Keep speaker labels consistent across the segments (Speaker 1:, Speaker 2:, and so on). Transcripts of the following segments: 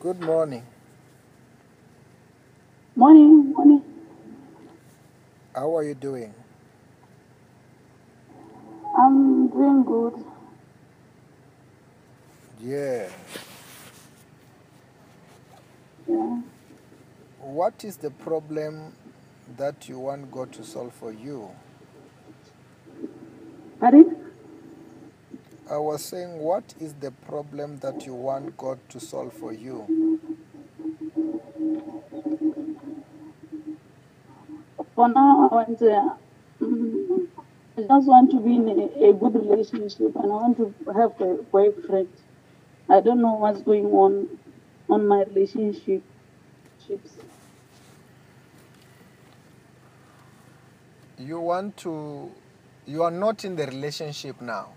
Speaker 1: Good morning.
Speaker 2: Morning, morning.
Speaker 1: How are you doing?
Speaker 2: I'm doing good.
Speaker 1: Yeah.
Speaker 2: Yeah.
Speaker 1: What is the problem that you want God to solve for you?
Speaker 2: Pardon?
Speaker 1: I was saying, what is the problem that you want God to solve for you?
Speaker 2: For now, I want to, mm, I just want to be in a, a good relationship and I want to have a boyfriend. I don't know what's going on on my relationship.
Speaker 1: You want to, you are not in the relationship now.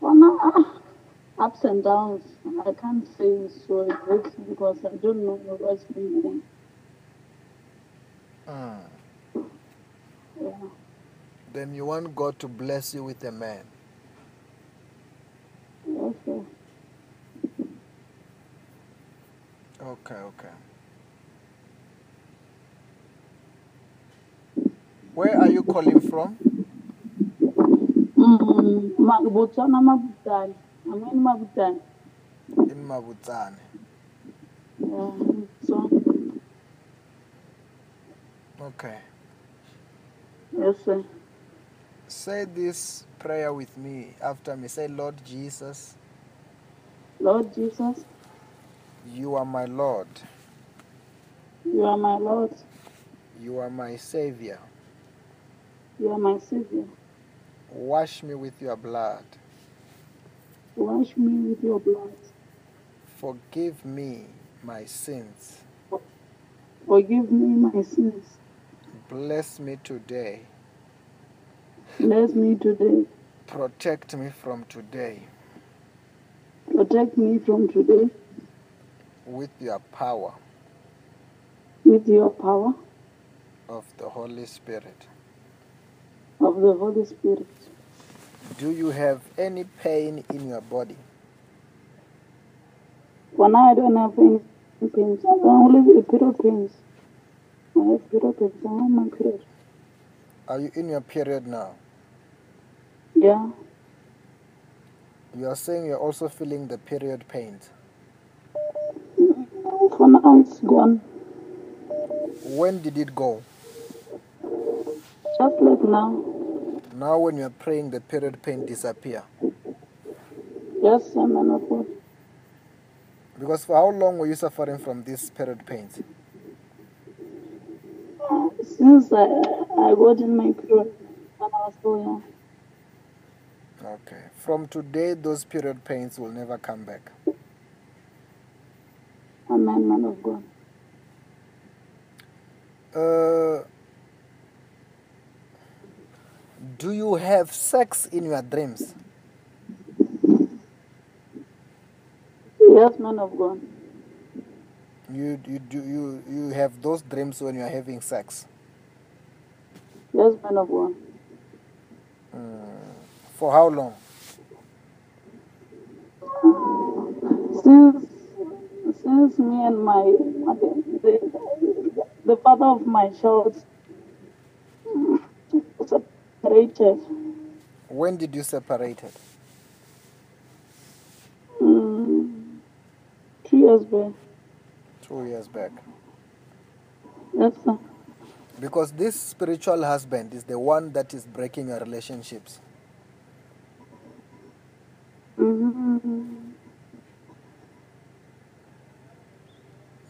Speaker 2: For now, ah, ups and downs. I can't say so exactly because I don't know what's going on.
Speaker 1: Mm.
Speaker 2: Yeah.
Speaker 1: Then you want God to bless you with a man.
Speaker 2: Okay.
Speaker 1: Okay, okay. Where are you calling from?
Speaker 2: Mm, Ma- Botswana, Mabutani. I'm in Mabutani.
Speaker 1: In Mabutane.
Speaker 2: Yeah. So,
Speaker 1: Okay.
Speaker 2: yes, sir.
Speaker 1: Say this prayer with me after me. Say, Lord Jesus,
Speaker 2: Lord Jesus,
Speaker 1: you are my Lord.
Speaker 2: you are my Lord,
Speaker 1: You are my Savior.
Speaker 2: you are my Savior.
Speaker 1: Wash me with your blood.
Speaker 2: Wash me with your blood.
Speaker 1: Forgive me my sins.
Speaker 2: Forgive me my sins.
Speaker 1: Bless me today.
Speaker 2: Bless me today.
Speaker 1: Protect me from today
Speaker 2: Protect me from today
Speaker 1: with your power
Speaker 2: with your power
Speaker 1: of the Holy Spirit.
Speaker 2: of the Holy Spirit.
Speaker 1: Do you have any pain in your body?
Speaker 2: For now, I don't have any pains. I only have period pains. I have period pains. I have my period.
Speaker 1: Are you in your period now?
Speaker 2: Yeah,
Speaker 1: You are saying you're also feeling the period pains.
Speaker 2: for now, it's gone.
Speaker 1: When did it go?
Speaker 2: Just like now.
Speaker 1: Now, when you're praying, the period pain disappear.
Speaker 2: Yes, I'm an God.
Speaker 1: Because for how long were you suffering from these period pains?
Speaker 2: Since I, I got in my period when I was so young.
Speaker 1: Okay. From today, those period pains will never come back.
Speaker 2: I'm a man of God.
Speaker 1: Uh, do you have sex in your dreams?
Speaker 2: Yes, man of God.
Speaker 1: You you do you you have those dreams when you are having sex.
Speaker 2: Yes, man of God.
Speaker 1: Hmm. For how long?
Speaker 2: Since since me and my mother, the, the father of my child separated
Speaker 1: When did you separate it?
Speaker 2: mm, two years back.
Speaker 1: Two years back.
Speaker 2: Yes, sir.
Speaker 1: Because this spiritual husband is the one that is breaking your relationships.
Speaker 2: Mm-hmm.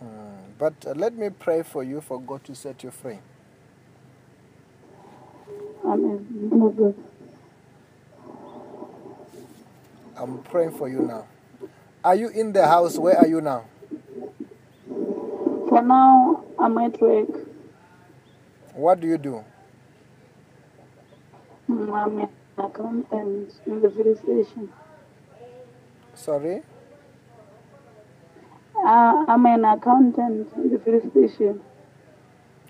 Speaker 1: Mm, But uh, let me pray for you for God to set you free.
Speaker 2: Amen. Man of God.
Speaker 1: I'm praying for you now. Are you in the house? Where are you now?
Speaker 2: For now, I'm at work.
Speaker 1: What do you do?
Speaker 2: Mm, I'm an accountant in the police station.
Speaker 1: Sorry?
Speaker 2: Uh, I'm an accountant in the police station.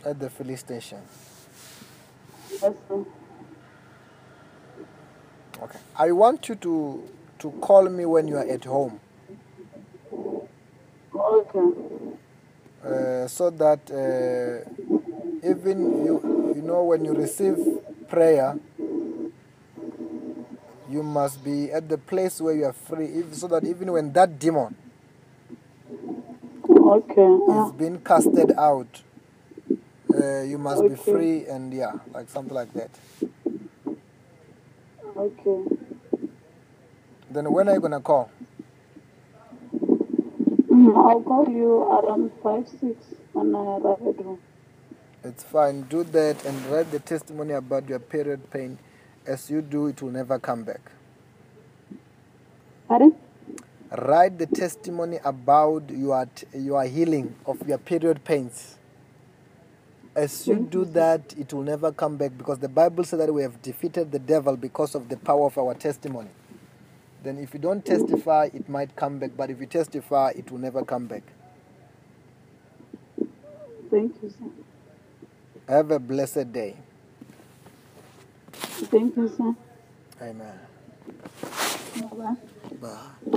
Speaker 1: At the filling station.
Speaker 2: Yes, sir.
Speaker 1: Okay. I want you to to call me when you are at home.
Speaker 2: Okay.
Speaker 1: uh, so that uh, even you, you know, when you receive prayer, you must be at the place where you are free, if, so that even when that demon
Speaker 2: Okay.
Speaker 1: is
Speaker 2: Ah,
Speaker 1: being casted out, uh, you must be
Speaker 2: okay.
Speaker 1: free and yeah, like something like that.
Speaker 2: Okay.
Speaker 1: Then when are you gonna call?
Speaker 2: Mm, I'll call you around five six when I arrive at home.
Speaker 1: It's fine. Do that and write the testimony about your period pain. As you do, it will never come back.
Speaker 2: Pardon?
Speaker 1: Write the testimony about your t- your healing of your period pains. As you
Speaker 2: Thank
Speaker 1: do
Speaker 2: you, sir.
Speaker 1: that, it will never come back because the Bible said that we have defeated the devil because of the power of our testimony. Then, if you don't testify, it might come back. But if you testify, it will never come back.
Speaker 2: Thank you, sir.
Speaker 1: Have a blessed day.
Speaker 2: Thank you, sir.
Speaker 1: Amen.
Speaker 2: Bye bye.
Speaker 1: Bye.